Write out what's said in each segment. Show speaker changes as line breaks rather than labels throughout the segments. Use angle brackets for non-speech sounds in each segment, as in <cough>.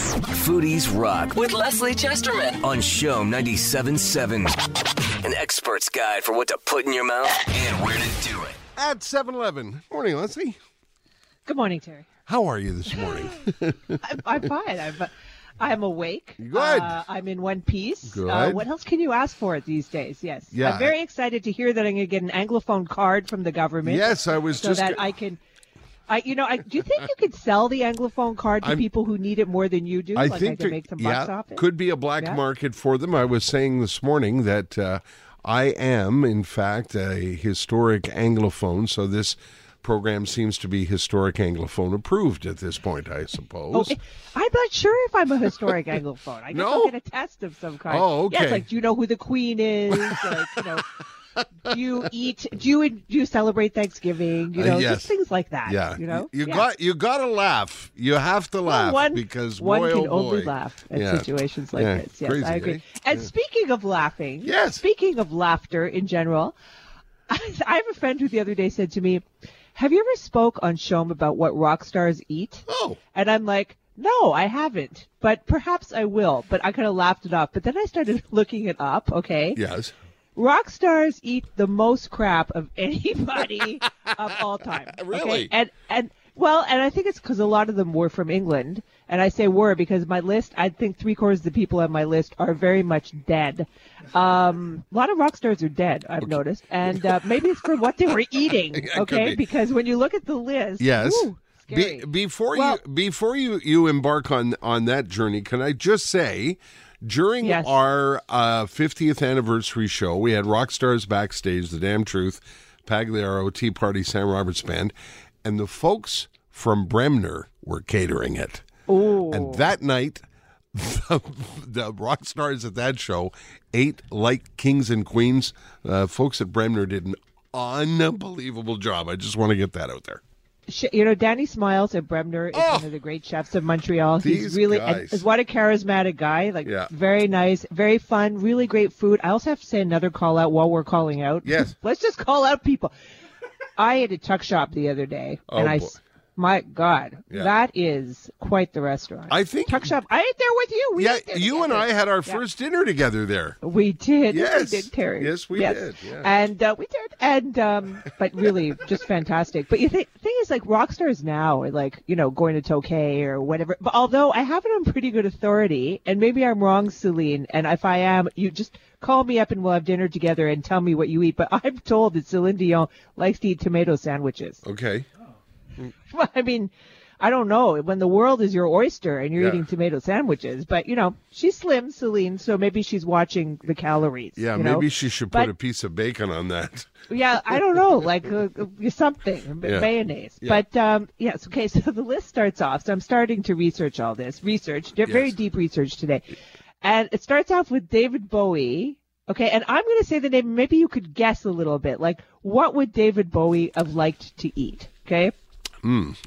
Foodies Rock with Leslie Chesterman on Show 97.7. An expert's guide for what to put in your mouth and where to do it.
At 7 Eleven. Morning, Leslie.
Good morning, Terry.
How are you this morning?
I'm, I'm fine. I'm, I'm awake.
Good.
Uh, I'm in one piece. Uh,
Good.
what else can you ask for these days? Yes.
Yeah.
I'm very excited to hear that I'm going to get an Anglophone card from the government.
yes, I was
So
just.
that I can. I, you know, I, do you think you could sell the Anglophone card to
I'm-
people who need it more than you do?
I
like I
think
can
there-
make some bucks
yeah,
off it.
could be a black
Yeah.
market for them. I was saying this morning that uh, I am, in fact, a historic Anglophone. So this program seems to be historic Anglophone approved at this point, I
Oh,
suppose.
it- I'm not sure if I'm a historic
<laughs>
Anglophone. I guess
No?
I'll get a test of some kind.
Oh,
Yes,
okay.
like do you know who the Queen is? like, you know,
<laughs>
do you eat? Do you do you celebrate Thanksgiving? You
Uh,
know,
yes.
just things like that.
yeah,
you know,
you
Yeah.
got you got to laugh. You have to
Well,
laugh
one,
because
one
boy,
can
oh boy.
only laugh at
Yeah.
situations like
Yeah,
this. Yes,
crazy,
I agree.
eh?
And speaking of laughing,
Yes.
speaking of laughter in general, <laughs> I have a friend who the other day said to me, "Have you ever spoke on Shom about what rock stars eat?"
Oh,
And I'm like, no, I haven't, but perhaps I will. But I kind of laughed it off. But then I started <laughs> looking it up, okay?
yes.
Rock stars eat the most crap of <laughs> anybody of all time. okay?
<laughs> Really?
And, and, well, and I think it's because a lot of them were from England. And I say were because my list, I think three quarters of the people on my list are very much dead. Um, a lot of rock stars are dead, I've noticed.
<laughs>
And uh, maybe it's for what they were eating,
Yeah, could
okay?
be.
Because when you look at the list,
Yes.
ooh,
Be-
scary.
before
Well-
you before you you embark on on that journey, can I just say during
Yes.
our uh, 50th anniversary show, we had rock stars backstage, The Damn Truth, Pagliaro, Tea Party, Sam Roberts Band, and the folks from Bremner were catering it.
Ooh.
And that night, <laughs> the, the rock stars at that show ate like kings and queens. Uh, folks at Bremner did an unbelievable job. I just want to get that out there.
Sh- you know, Danny Smiles at Bremner is
Oh!
one of the great chefs of Montreal.
These
He's really and
guys.
is what a charismatic guy. Like,
Yeah.
very nice, very fun, really great food. I also have to say another call out while we're calling out.
Yes.
<laughs> let's just call out people. I ate a tuck shop the other day,
Oh,
and I,
boy.
s- my God,
Yeah.
that is quite the restaurant.
I think-
tuck shop. I ate there with you. We
yeah,
ate there
you and
together.
I had our
Yeah.
first dinner together there. <laughs>
We did.
Yes.
we did, Terry.
Yes, we did, yeah.
And uh, we did. And um, but really, just fantastic. But you think thing is, like rock stars now are like you know going to Tokay or whatever. But although I have it on pretty good authority, and maybe I'm wrong, Celine. And if I am, you just call me up and we'll have dinner together and tell me what you eat. But <laughs> I'm told that Celine Dion likes to eat tomato sandwiches. <laughs>
Okay.
Well, I mean, I don't know. When the world is your oyster and you're
Yeah.
eating tomato sandwiches, but you know, she's slim, Celine, so maybe she's watching the calories.
Yeah,
you know?
maybe she should put
But-
a piece of bacon on that. <laughs>
Yeah, I don't know, like uh, uh, something,
Yeah.
mayonnaise.
Yeah.
But um, yes, okay, so the list starts off. So I'm starting to research all this, research, d- very
Yes.
deep research today. And it starts off with David Bowie. Okay, and I'm going to say the name. Maybe you could guess a little bit. Like, what would David Bowie have liked to eat? Okay.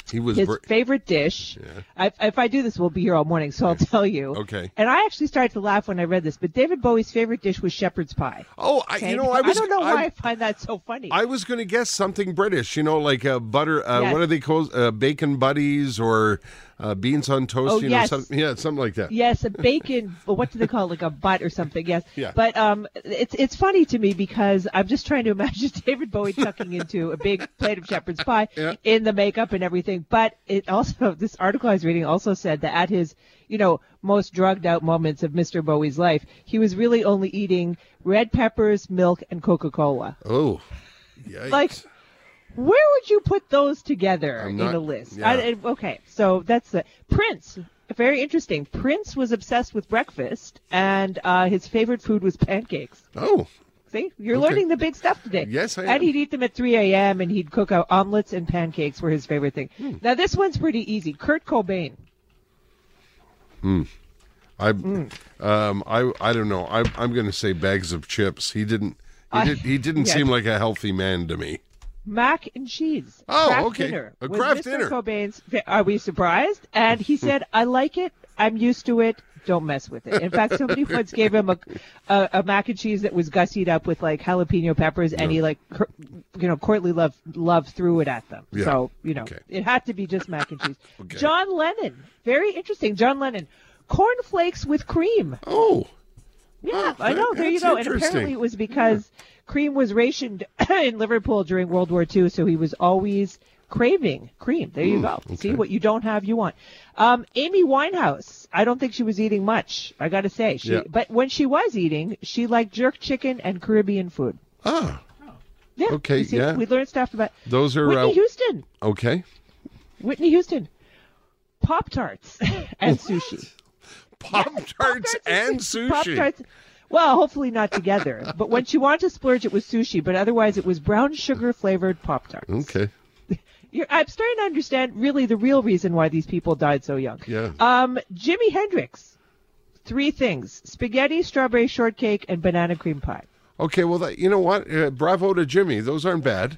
He was
his
ver-
favorite dish. I, if I do this, we'll be here all morning, so I'll tell you.
Okay.
And I actually started to laugh when I read this, but David Bowie's favorite dish was shepherd's pie.
Oh, I,
Okay?
you know, I was
don't know why I,
I,
find that so funny.
I was going to guess something British, you know, like uh, butter uh,
Yes.
what are they called uh, bacon buddies or uh, beans on toast,
Oh,
you
yes.
know, something yeah, something like that.
<laughs> yes, a bacon. but what do they call it? Like a butt or something? Yes.
Yeah.
But um, it's it's funny to me because I'm just trying to <laughs> imagine David Bowie tucking into a big plate of shepherd's pie
<laughs> Yeah.
in the makeup and everything. But it also <laughs> this article I was reading also said that at his you know most drugged out moments of Mr. Bowie's life, he was really only eating red peppers, milk, and Coca Cola.
Oh. Yikes.
Like, Where would you put those together
I'm
in
not-
a list?
yeah.
I, I- okay, so that's the Prince. Very interesting. Prince was obsessed with breakfast, and uh, his favorite food was pancakes.
oh.
See, you're
Okay.
learning the big stuff today.
Yes, I
and
am.
he'd eat them at 3 a.m. and he'd cook out omelets and pancakes were his favorite thing.
Hmm.
Now this one's pretty easy. Kurt Cobain.
I
Mm.
um I I don't know. I I'm going to say bags of chips. He didn't he,
I-
did, he didn't
<laughs> yes.
seem like a healthy man to me.
mac and cheese.
Oh,
Kraft
okay.
Dinner
A
was
Kraft
Mr.
dinner.
Cobain's. fa- Are we surprised? And
<laughs>
he said, "I like it. I'm used to it. Don't mess with it." In fact,
<laughs>
somebody once gave him a, a a mac and cheese that was gussied up with like jalapeno peppers, and he like, cur- you know, courtly love love threw it at them.
Yeah.
So you know,
Okay.
it had to be just mac and cheese.
<laughs> Okay.
John Lennon, very interesting. John Lennon cornflakes with cream.
Oh,
Yeah,
Oh,
I know. There you
that's
go. And apparently
interesting.
it was because cream was rationed <coughs> in Liverpool during World War II, so he was always craving cream. There you
Mm,
go. See what you don't have, you want. Um, Amy Winehouse. I don't think she was eating much. I got to say, she.
Yeah.
But when she was eating, she liked jerk chicken and Caribbean food. Oh.
ah,
Yeah.
Okay,
you see,
yeah.
We learned stuff about
those are
Whitney
uh,
Houston.
okay.
Whitney Houston. Pop tarts <laughs> and
Oh,
sushi.
Pop tarts and sushi.
Pop tarts. Well, hopefully not together. <laughs> but when she wanted to splurge, it was sushi. But otherwise, it was brown sugar flavored pop tarts.
Okay.
You're, I'm starting to understand really the real reason why these people died so young.
Yeah.
Um, Jimi Hendrix. Three things: spaghetti, strawberry shortcake, and banana cream pie.
Okay. Well, that, you know what? Uh, bravo to Jimmy. Those aren't bad.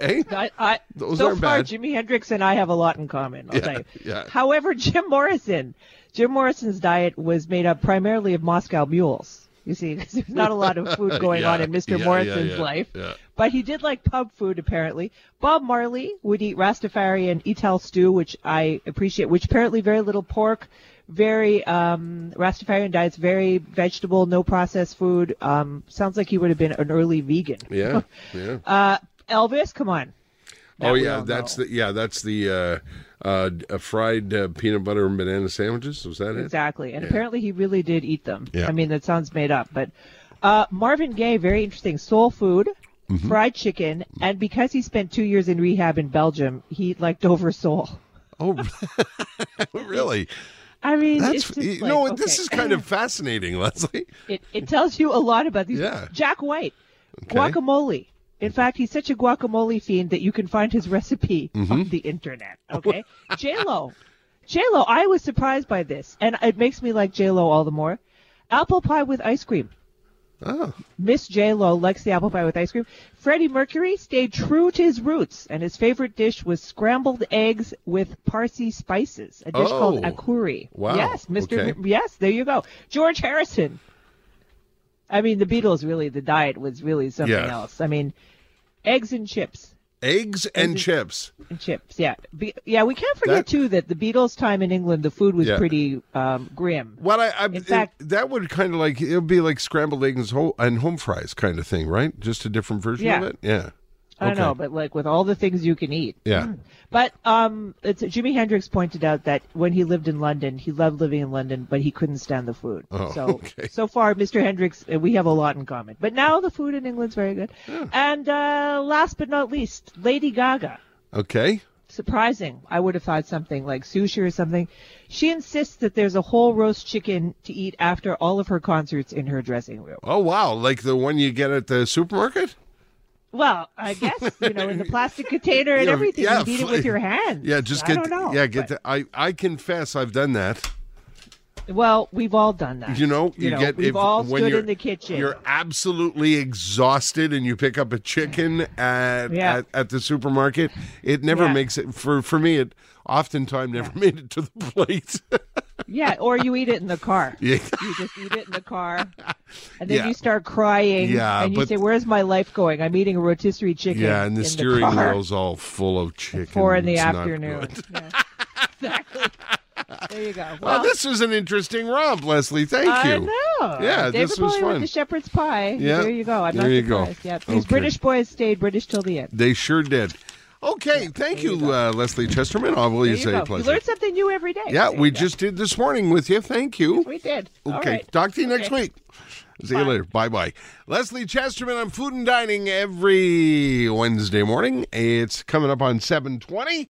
Eh? Hey.
I, I,
Those
so
aren't
far,
bad.
Jimi Hendrix and I have a lot in common. I'll tell you.
yeah.
However, <laughs> Jim Morrison, Jim Morrison's diet was made up primarily of Moscow mules. You see, <laughs> 'cause there's not a lot of
<laughs>
food going
Yeah,
on in
yeah,
Mr.
yeah,
Morrison's
yeah,
life,
yeah.
but he did like pub food apparently. Bob Marley would eat Rastafarian Etal stew, which I appreciate, which apparently very little pork, very um, Rastafarian diets, very vegetable, no processed food. Um, sounds like he would have been an early vegan. <laughs>
Yeah. Yeah.
Uh, Elvis, come on.
oh
we
yeah.
all
That's
know.
the yeah. That's the uh, uh, d- uh, fried uh, peanut butter and banana sandwiches. Was that it?
Exactly. And apparently he really did eat them.
Yeah.
I mean, that sounds made up. But uh, Marvin Gaye, very interesting. Soul food,
Mm-hmm.
fried chicken, and because he spent two years in rehab in Belgium, he liked <laughs> over soul.
Oh, <laughs> really?
I mean,
That's
it's just
you
like,
know what? this
okay.
is kind of fascinating, <laughs> Leslie.
it, it tells you a lot about these.
Yeah.
Jack White, guacamole. In fact, he's such a guacamole fiend that you can find his recipe
Mm-hmm.
on the internet. Okay, J Lo, J Lo. I was surprised by this, and it makes me like J Lo all the more. Apple pie with ice cream.
Oh,
Miss J Lo likes the apple pie with ice cream. Freddie Mercury stayed true to his roots, and his favorite dish was scrambled eggs with Parsi spices, a dish called
Oh.
akuri.
Wow.
Yes, Mr.
Okay.
M- Yes, there you go. George Harrison. I mean, the Beatles really, the diet was really something
Yeah.
else. I mean, eggs and chips.
eggs and chips.
And chips, yeah. Be- yeah, we can't
That-
forget, too, that the Beatles' time in England, the food was
Yeah.
pretty um, grim.
What I, I it-
fact-
that would kind of like it would be like scrambled eggs ho- and home fries kind of thing, right? Just a different version of
Yeah.
it. Yeah.
I don't know, Hmm. but like with all the things you can eat.
Yeah.
But um, it's, Jimi Hendrix pointed out that when he lived in London, he loved living in London, but he couldn't stand the food.
Oh,
so
okay.
so far, Mr. Hendrix, uh, we have a lot in common. But now the food in England's very good. And uh, last but not least, Lady Gaga.
Okay.
Surprising. I would have thought something like sushi or something. She insists that there's a whole roast chicken to eat after all of her concerts in her dressing room.
Oh wow, like the one you get at the supermarket.
Well, I guess you know, in <laughs> the plastic container and
Yeah,
everything,
yeah,
you eat it
fl-
with your hands.
Yeah, just
I
get.
don't know.
yeah, get.
but-
The, I I confess, I've done that.
Well, we've all done that.
You know, you, get
we've
if,
all
when
stood
you're
in the kitchen.
You're absolutely exhausted, and you pick up a chicken at
Yeah.
at, at the supermarket. It never
Yeah.
makes it for for me. It oftentimes never <laughs> made it to the plate.
<laughs> Yeah, or you eat it in the car. <laughs>
Yeah.
You just eat it in the car, and then
Yeah.
you start crying.
Yeah,
and you
but-
say, "Where's my life going? I'm eating a rotisserie chicken."
yeah, and the
in
steering
car
wheel's all full of chicken.
at Four in the
It's not
afternoon.
good. <laughs>
Yeah. Exactly. There you go.
Well, this was an interesting romp, Leslie. Oh, Thank
I
you.
know.
Yeah,
David
this was
Bowie
fun.
with the shepherd's pie.
Yeah,
there you go. I'm
there
not
you go.
surprised. Yeah, these
Okay.
British boys stayed British till the end.
They sure did. Okay, thank you, uh, Leslie Chesterman.
There
Always
you
a
go. You
pleasure.
learn something new every day.
yeah,
There you
we
go.
just did this morning with you. Thank you.
we did. All
Okay.
right.
Talk to you next
Okay.
week. See you later. Bye bye. Leslie Chesterman on Food and Dining every Wednesday morning. It's coming up on 720.